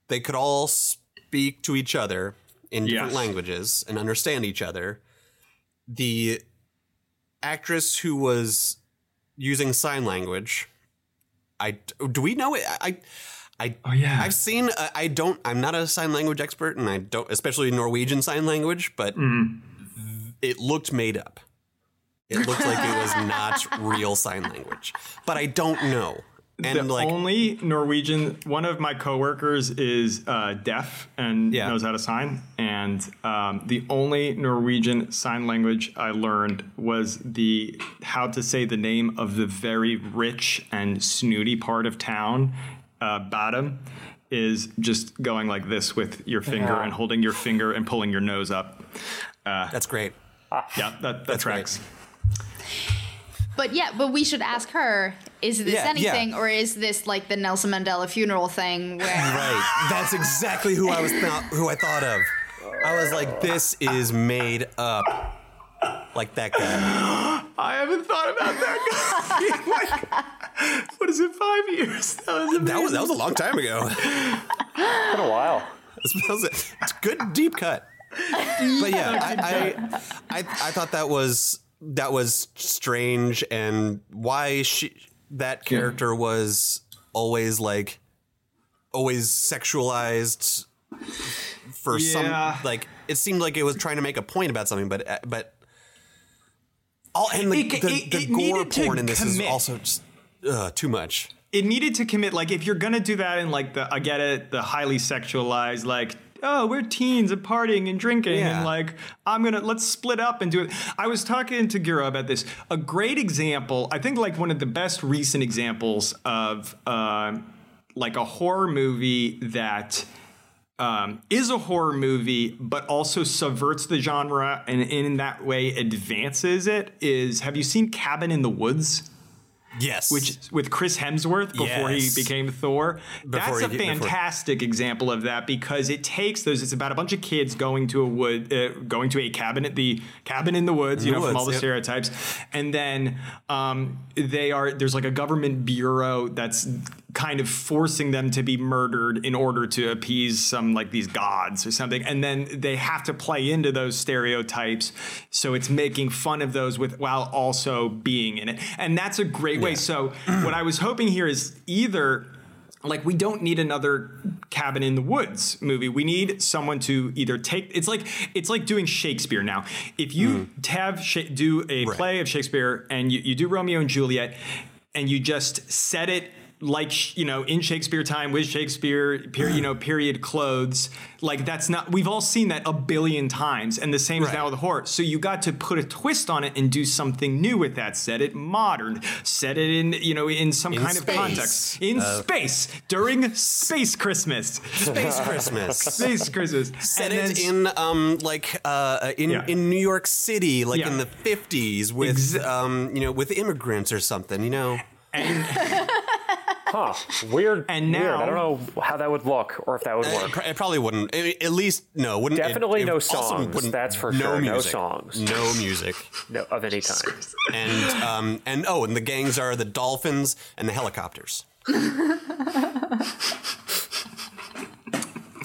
they could all speak to each other in different
Yes.
languages and understand each other. The actress who was using sign language, I do we know it? I I
Oh, yeah.
I've seen uh, I don't I'm not a sign language expert and I don't especially Norwegian sign language, but
Mm-hmm.
it looked made up. It looked like it was not real sign language. But I don't know. And
the
like
only Norwegian, one of my coworkers is uh, deaf and
Yeah.
knows how to sign. And um, the only Norwegian sign language I learned was the how to say the name of the very rich and snooty part of town, uh, Badam, is just going like this with your finger
Yeah.
and holding your finger and pulling your nose up. Uh,
that's great.
Yeah, that, that tracks.
But yeah, but we should ask her: Is this
Yeah, yeah.
anything, or is this like the Nelson Mandela funeral thing? Where
Right. That's exactly who I was thou- who I thought of. I was like this is made up. Like that guy.
I haven't thought about that. guy. like, what is it? Five years? That was amazing.
That was that was a long time ago.
It's been a while.
That was a- it's a good deep cut. But yeah, I, I, I I thought that was that was strange and why she that character was always like always sexualized for
Yeah.
some like it seemed like it was trying to make a point about something but uh, but all and the,
It- it-
the,
it-
the
it
gore
needed to
porn in this is
commit.
also just uh, too much.
it needed to commit like if you're gonna do that in like the i get it the highly sexualized like oh we're teens and partying and drinking
Yeah.
and like i'm gonna let's split up and do it i was talking to giro about this a great example i think like one of the best recent examples of uh, like a horror movie that um, is a horror movie, but also subverts the genre and in that way advances it. Is have you seen Cabin in the Woods?
Yes.
which with Chris Hemsworth before
Yes.
he became Thor.
Before
That's
he-
a
before-
fantastic example of that because it takes those. It's about a bunch of kids going to a wood, uh, going to a cabin at the cabin in the woods, you
the
know, from
woods,
all the
yep.
stereotypes, and then um, they are there's like a government bureau that's kind of forcing them to be murdered in order to appease some like these gods or something and then they have to play into those stereotypes so it's making fun of those with while also being in it and that's a great way so what i was hoping here is either like we don't need another cabin in the woods movie we need someone to either take it's like it's like doing shakespeare now if you have Sha- do a
Mm. Right.
play of shakespeare and you, you do romeo and juliet and you just set it like sh- you know in shakespeare time with shakespeare per, you know period clothes like that's not we've all seen that a billion times and the same is
Right.
now with horror so you got to put a twist on it and do something new with that set it modern set it in you know in some kind
space.
of context in
Uh,
space during space Christmas.
Space Christmas.
Space Christmas.
set
And
it
then-
in um like uh, uh in
Yeah.
in New York City like
Yeah.
in the 50s with
Exa-
um you know with immigrants or something you know
Huh. Weird.
And
weird.
now-
I don't know how that would look or if that would
it,
work.
pr- it probably wouldn't I- at least no wouldn't it-
Definitely
it
no
also
songs,
wouldn't-
that's for sure, no songs.
no music
No, of any kind.
and um and oh and the gangs are the dolphins and the helicopters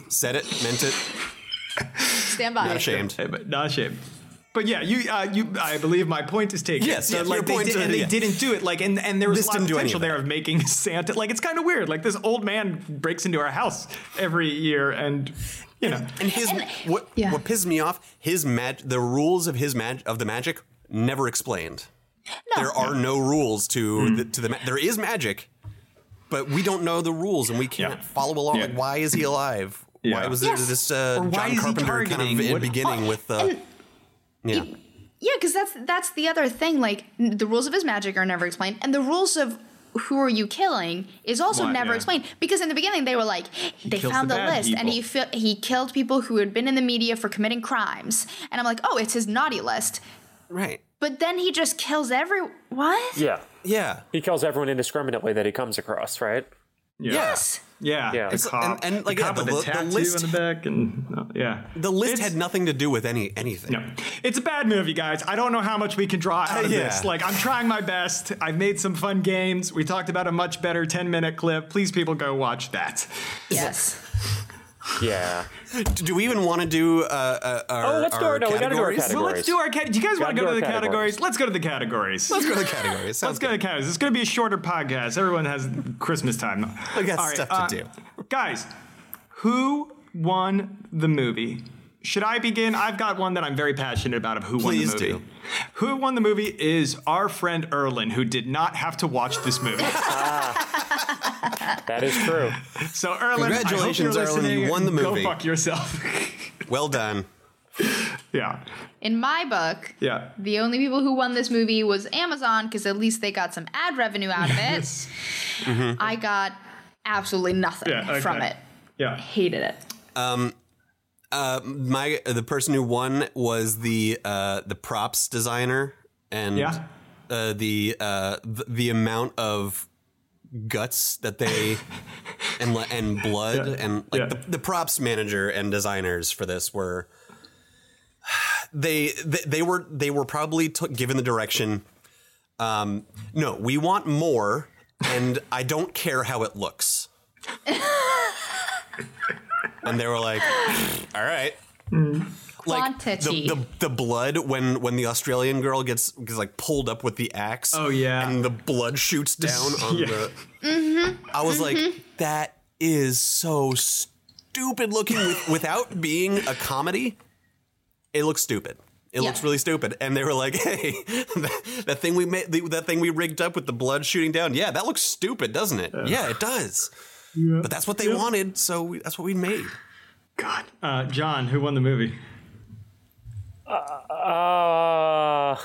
said it meant it
stand by.
not ashamed
Hey, but not a shame. But yeah, you, uh, you. I believe my point is taken.
Yes,
So,
yes,
like
your
they
point
did,
is-
and they
yeah.
didn't do it. Like, and and there was
This
a lot
didn't
of
do any
potential
of
there of making Santa. Like, it's kind of weird. Like this old man breaks into our house every year, and you know,
and his what
yeah.
what pissed me off his mag the rules of his mag of the magic never explained there are no rules to
Hmm.
the, to the ma- there is magic but we don't know the rules and we can't
Yeah.
follow along
Yeah.
like why is he alive why
Yeah.
was there
Yes.
this uh,
Or why
John
is he
Carpenter kind of
targeting?
in
What-
beginning with uh, yeah
Yeah, because that's that's the other thing. Like n- the rules of his magic are never explained, and the rules of who are you killing is also
Why,
never
yeah.
explained. Because in the beginning they were like they
kills
found
the
the,
bad
list, and he fi- he killed people who had been in the media for committing crimes, and I'm like, oh, it's his naughty list.
right
But then he just kills every what?
Yeah.
yeah
He kills everyone indiscriminately that he comes across, right?
yeah.
yes
yeah,
Yeah.
the
It's-
cop,
and- and, like,
the
yeah,
cop
the
with
li-
the
the
tattoo
list-
on the back, and uh, yeah,
the list
It's-
had nothing to do with any anything
No, it's a bad movie, guys. I don't know how much we can draw out of
Yeah.
this. Like, I'm trying my best. I've made some fun games. We talked about a much better 10 minute clip. Please, people, go watch that.
Yes.
Yeah.
Do we even want to do uh, uh, our,
Oh, let's do
our
our- no, we gotta do our
categories?
categories.
Well, let's do our. Cat- do you guys want to
Gotta
go to
go
the
categories.
categories? Let's go to the categories.
Let's go to the categories.
Let's go to the categories. It's going to be a shorter podcast. Everyone has Christmas time.
We got
All right,
stuff
uh,
to do.
Guys, who won the movie? Should I begin? I've got one that I'm very passionate about of who
Please
won the movie.
do.
Who won the movie is our friend Erlen, who did not have to watch this movie.
That is true.
So Erlen,
Congratulations,
I hope you're
Erlen, you
listening.
won the movie.
Go fuck yourself.
Well done.
yeah,
In my book,
yeah.
the only people who won this movie was Amazon because at least they got some ad revenue out of it. I got absolutely nothing
Yeah, okay.
from it.
Yeah.
Hated it.
Uh, my the person who won was the uh, the props designer and
Yeah.
uh, the, uh, the the amount of guts that they and le- and blood
Yeah.
and like
Yeah.
the, the props manager and designers for this were they they, they were they were probably t- given the direction um, no we want more and I don't care how it looks and they were like all right like
Quantity.
the, the the blood when when the Australian girl gets, gets like pulled up with the axe.
Oh, yeah.
and the blood shoots down on
Yeah. Mm-hmm.
the. I was like, that is so stupid looking. With, without being a comedy, it looks stupid. It
Yeah.
looks really stupid. And they were like, hey, that, that thing we made, the, that thing we rigged up with the blood shooting down. Yeah, that looks stupid, doesn't it? yeah, it does. But that's what they wanted, so we, that's what we made.
God. Uh, John, who won the movie?
Uh,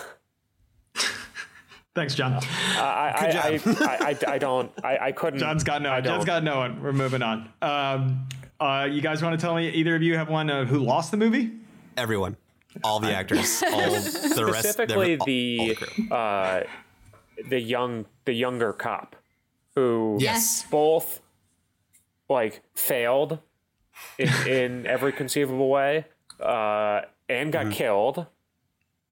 Thanks, John.
I, I, I, I, I don't. I, I couldn't.
John's got no
I
one. John's got
don't.
no one. We're moving on. Um, uh, you guys want to tell me either of you have one uh, who lost the movie?
Everyone. All the actors, all the rest,
specifically
all- all
the
crew.
uh, the young the younger cop who
Yes.
both like failed in, in every conceivable way uh, and
Mm-hmm.
got killed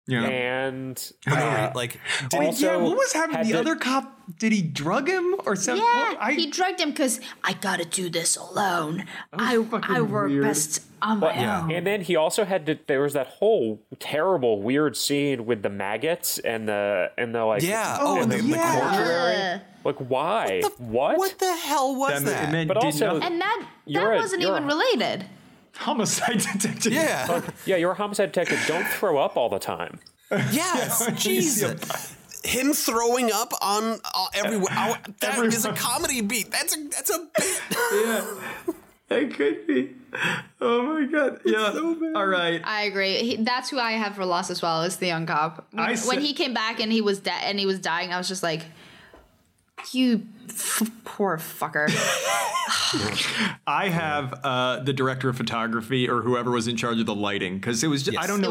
Yeah.
and uh,
Right, like did
also
yeah. What was happening?
had
The, other cop? Did he drug him or something?
Yeah,
What- I,
he drugged him because I gotta do this alone. I
fucking
I work
weird.
best on my
But-
own.
And then he also had to. There was that whole terrible, weird scene with the maggots and the and the like.
yeah
Oh,
oh, and the,
yeah.
the corner
Ugh.
Like why? What?
what the hell
that
was
ma-
that
it meant
But
did
also-
nothing.
And that
You're
that
a-
wasn't
you're
even
a-
related.
homicide detective.
yeah
Yeah, you're a homicide detective. Don't throw up all the time.
yes jesus him throwing up on uh, everywhere oh, That is
Everyone.
a comedy beat that's a that's a bit
yeah. It could be. Oh my god. Yeah. All right.
I agree. He, that's who I have for loss as well. Is the young cop. When,
I
when
said-
he came back and he was dead and he was dying, I was just like, "You f- poor fucker."
I have uh, the director of photography or whoever was in charge of the lighting because it was just, I
Yes.
don't
It
know.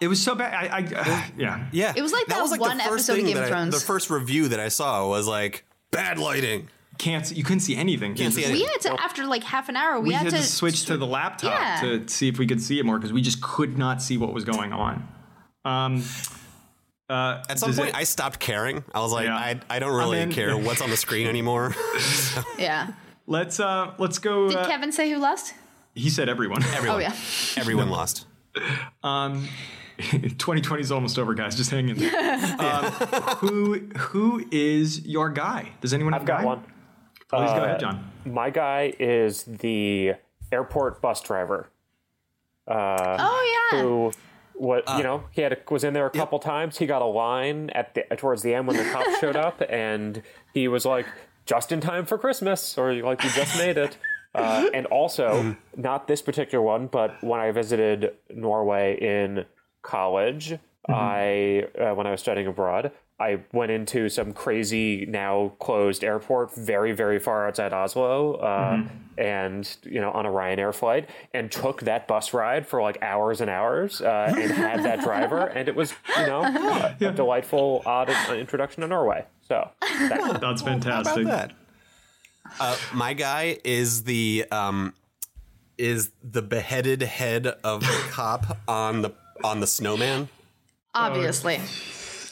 It
was-
was, so bad. I, I yeah.
yeah
It was like that one episode of Game of
that I,
Thrones.
the first review that i saw was like bad lighting
Can't see- you couldn't see anything.
Can't see
It was-
anything.
we had to after like half an hour. We,
We
had, to
switch to the laptop
Yeah.
to see if we could see it more because we just could not see what was going on. Um, uh,
at some
does
point
it-
i stopped caring i was like
Yeah.
I, I don't really
in.
care what's on the screen anymore
Yeah.
let's uh, let's go.
Did
uh,
Kevin say who lost?
he said everyone.
Oh
everyone
yeah.
everyone lost
Um, 2020 is almost over, guys. Just hang in there. um, who who is your guy? Does anyone? have
I've
a
got
guy?
one.
Please go
Uh,
ahead, John.
My guy is the airport bus driver. uh,
Oh yeah.
who what you know he had a, was in there a couple times he got a line at the towards the end when the cops showed up and he was like just in time for christmas or like you just made it uh, and also not this particular one but when i visited norway in college i uh, when i was studying abroad i went into some crazy now closed airport very very far outside oslo uh, and you know on a ryanair flight and took that bus ride for like hours and hours uh, and had that driver and it was you know a, a delightful odd uh, introduction to norway so that,
That's
How
fantastic.
about that? Uh, my guy is the um, is the beheaded head of the cop on the on the snowman.
Obviously.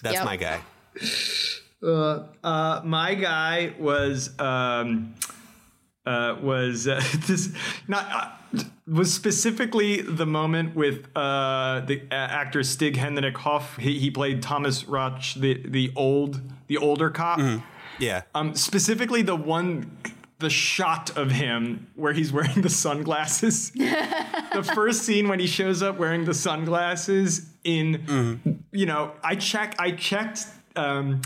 That's
Yep.
my guy.
Uh, my guy was um, uh, was uh, this not uh, was specifically the moment with uh, the uh, actor Stig Henrik Hoff. He, he played Thomas Roch, the the old the older cop.
Yeah.
Um, specifically the one the shot of him where he's wearing the sunglasses. the first scene when he shows up wearing the sunglasses in you know, I check I checked um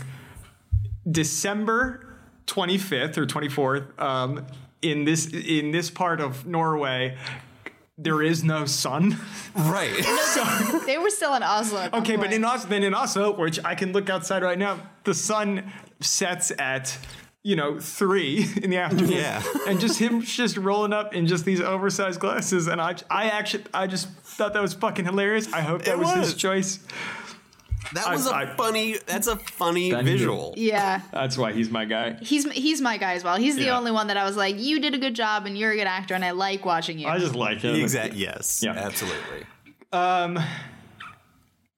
December 25th or 24th um in this in this part of Norway there is no sun.
right.
They were still in Oslo. at that
Okay, but
point.
in Oslo, then in Oslo, which I can look outside right now, the sun sets at you know three in the afternoon,
Yeah.
and just him just rolling up in just these oversized glasses, and I I actually I just thought that was fucking hilarious. I hope that
It
was.
was.
his choice.
That was a
I-
funny. That's a funny
Thank you.
visual.
yeah,
That's why he's my guy.
he's he's my guy as well. He's the
Yeah.
only one that I was like, you did a good job, and you're a good actor, and I like watching you.
I just like him.
Exactly. Yes.
Yeah.
Absolutely.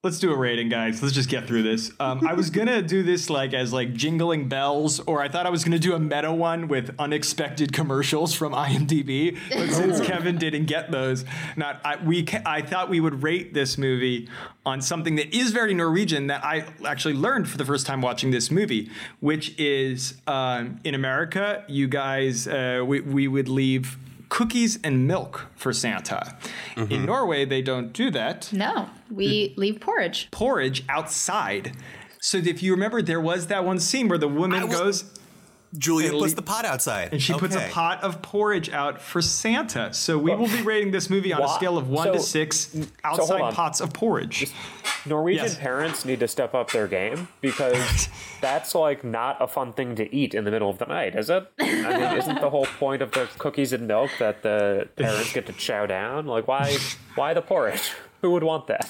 Let's do a rating, guys. Let's just get through this. Um, I was gonna do this like as like jingling bells, or I thought I was gonna do a meta one with unexpected commercials from IMDb. But since Kevin didn't get those, not I, we. Ca- I thought we would rate this movie on something that is very Norwegian that I actually learned for the first time watching this movie, which is um, in America, you guys, uh, we we would leave cookies and milk for Santa. In Norway, they don't do that
no, we leave porridge.
porridge outside. So if you remember, there was that one scene where the woman
I was-
goes
Julia
Italy-
puts the pot outside,
and she puts a pot of porridge out for Santa. So we will be rating this movie on a
Wha-
scale of one to
so-
six
hold
outside
on.
pots of porridge.
Norwegian
Yes.
parents need to step up their game because that's like not a fun thing to eat in the middle of the night, is it? I mean, isn't the whole point of the cookies and milk that the parents get to chow down? Like, why, why the porridge? Who would want that?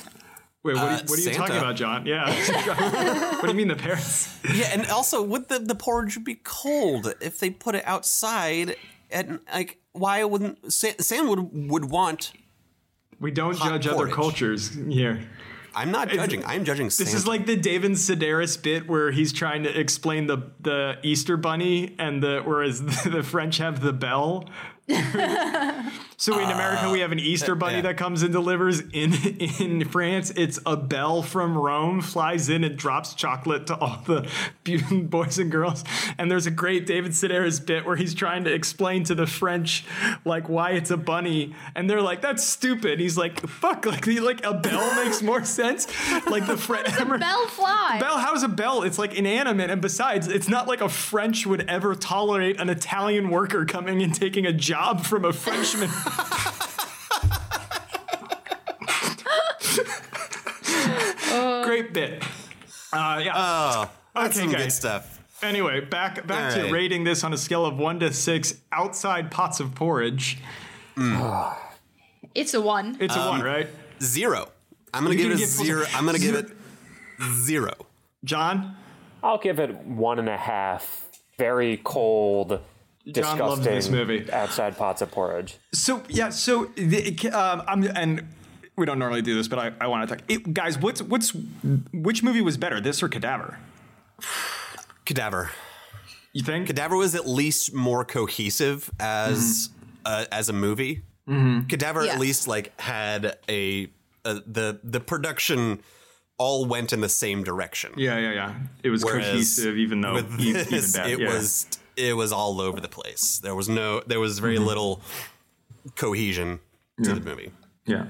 Wait, what, are,
Uh,
you- what are you
Santa.
talking about, John? Yeah. what do you mean the parents?
Yeah, and also would the the porridge be cold if they put it outside? And like, why wouldn't Sam, Sam would would want?
We don't judge other
porridge.
cultures here.
I'm not judging. I'm judging.
This
Santa.
is like the David Sedaris bit where he's trying to explain the the Easter bunny and the whereas the, the French have the bell. so in America we have an Easter bunny
yeah.
that comes and delivers. In in France it's a bell from Rome flies in and drops chocolate to all the bu- boys and girls. And there's a great David Sedaris bit where he's trying to explain to the French like why it's a bunny and they're like that's stupid. He's like fuck like like a bell makes more sense. Like the French
Bell fly.
Bell, how's a bell? It's like inanimate, and besides, it's not like a French would ever tolerate an Italian worker coming and taking a job from a Frenchman. Great bit. Uh, yeah.
oh, that's
Okay,
some good
guys.
stuff.
anyway, back back to
Alright.
rating this on a scale of one to six outside pots of porridge.
it's a one.
Um,
It's a one, right?
Zero. I'm gonna
You can
give it a
give-
zero. I'm gonna give
Zero.
it zero.
John,
I'll give it one and a half. Very cold, disgusting.
loved this movie.
Outside pots of porridge.
So yeah, so the, um, I'm and we don't normally do this, but I, I want to talk, it, guys. What's what's which movie was better, this or Cadaver?
Cadaver.
You think?
Cadaver was at least more cohesive as
Mm-hmm.
uh, as a movie. Cadaver
Yeah.
at least like had a, a the the production all went in the same direction.
yeah, yeah, yeah. It was
Whereas
cohesive, even though
with
e- even
this,
bad.
it
yeah.
was it was all over the place. There was no there was very little cohesion to the movie.
Mm-hmm.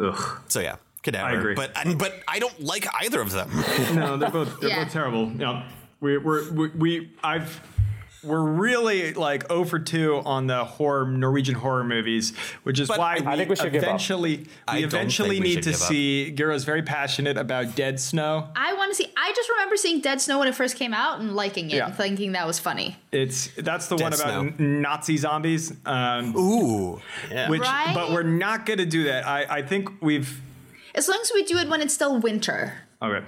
yeah. Ugh.
So yeah, cadaver.
agree.
But and, but I don't like either of them.
No, they're both they're
Yeah.
both terrible. Yeah, we we're, we we I've we're really like 0 for two on the horror Norwegian horror movies, which is why we,
I think we should give up.
eventually
I
we
don't think
eventually
we
need
should
to
give up.
see. Gira's very passionate about Dead Snow.
I want to see. I just remember seeing Dead Snow when it first came out and liking it,
Yeah.
and thinking that was funny.
It's that's the one
Dead
about
Snow.
n- Nazi zombies. Um,
Ooh, yeah.
which,
Right?
but we're not gonna do that. I, I think we've
As long as we do it when it's still winter.
okay.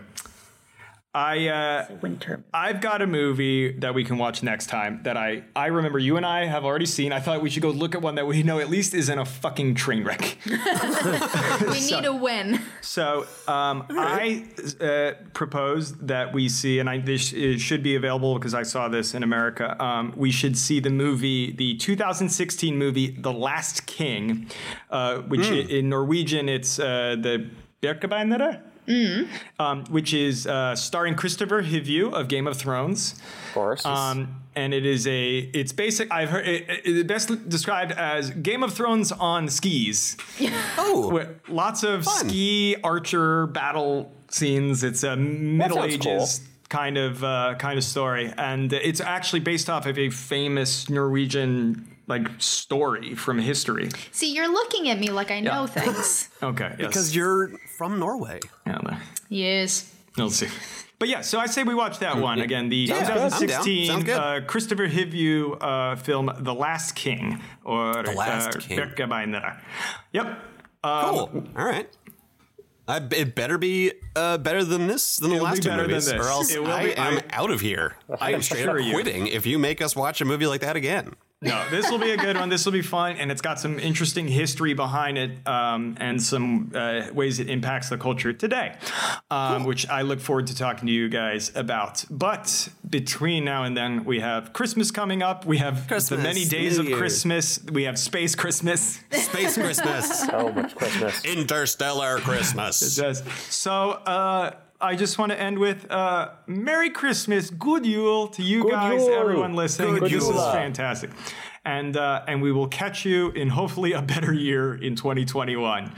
I uh,
Winter.
I've got a movie that we can watch next time that I I remember you and I have already seen. I thought we should go look at one that we know at least isn't a fucking train wreck.
We need a win.
So um, I uh, propose that we see, and I, this it should be available because I saw this in America. Um, we should see the movie, the 2016 movie, The Last King, uh, which i- in Norwegian it's uh, the Birkebeinere. Um, which is uh, starring Christopher Hivju of Game of Thrones.
Of course.
Um, and it is a, it's basic, I've heard, it, it, it best described as Game of Thrones on skis.
Oh,
Wi- lots of
Fun.
ski archer battle scenes. It's a Middle
sounds cool.
Ages kind of uh, kind of story, and it's actually based off of a famous Norwegian like story from history.
See, you're looking at me like I know
Yeah.
things.
Okay, yes.
because you're from Norway.
yeah, no.
yes.
we'll see. But yeah, so I say we watch that one again. The
Mm, Sounds good. I'm down.
2016
Sounds good.
uh, Christopher Hivju uh, film, The Last King, or The
Last
uh,
King.
Birkebeinere. Yep. Um,
Cool. All right. I, it better be uh, better than this than the
It'll be
last two
better than
movies,
this.
or else
It will
I
be-
am
I-
out of here. I am straight up
assure you.
quitting if you make us watch a movie like that again.
No, this will be a good one. This will be fun, and it's got some interesting history behind it, um, and some uh, ways it impacts the culture today, um, which I look forward to talking to you guys about. But between now and then, we have Christmas coming up. We have
Christmas,
the many days
New
of
Year.
Christmas. We have space Christmas.
Space Christmas,
so much Christmas.
interstellar Christmas.
Yes. So uh, I just want to end with uh, Merry Christmas, Good Yule to you
Good
guys,
Yule.
everyone listening.
Good
this is
Yule.
fantastic, and uh, and we will catch you in hopefully a better year in 2021.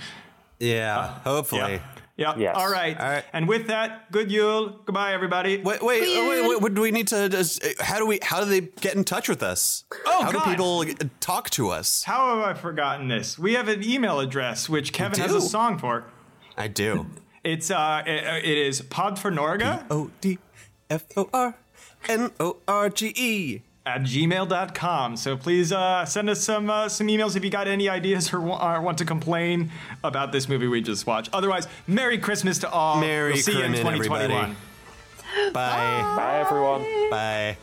Yeah, hopefully.
Uh, Yeah. Yeah.
Yes.
All, right.
All right.
And with that, Good Yule. Goodbye, everybody.
Wait, wait, oh, wait, wait, what do we need to? Does, how do we? How do they get in touch with us?
Oh,
how
God.
do people talk to us?
How have I forgotten this? We have an email address which Kevin has
do.
a song for.
I do.
It's uh, it, it is Pod for Norga.
O D F O R N O R G E.
at gmail.com. So please uh, send us some uh, some emails if you got any ideas or, wa- or want to complain about this movie we just watched. Otherwise, Merry Christmas to all.
Merry
we'll see you in
Crimin, everybody.
2021.
Bye.
Bye, everyone.
Bye.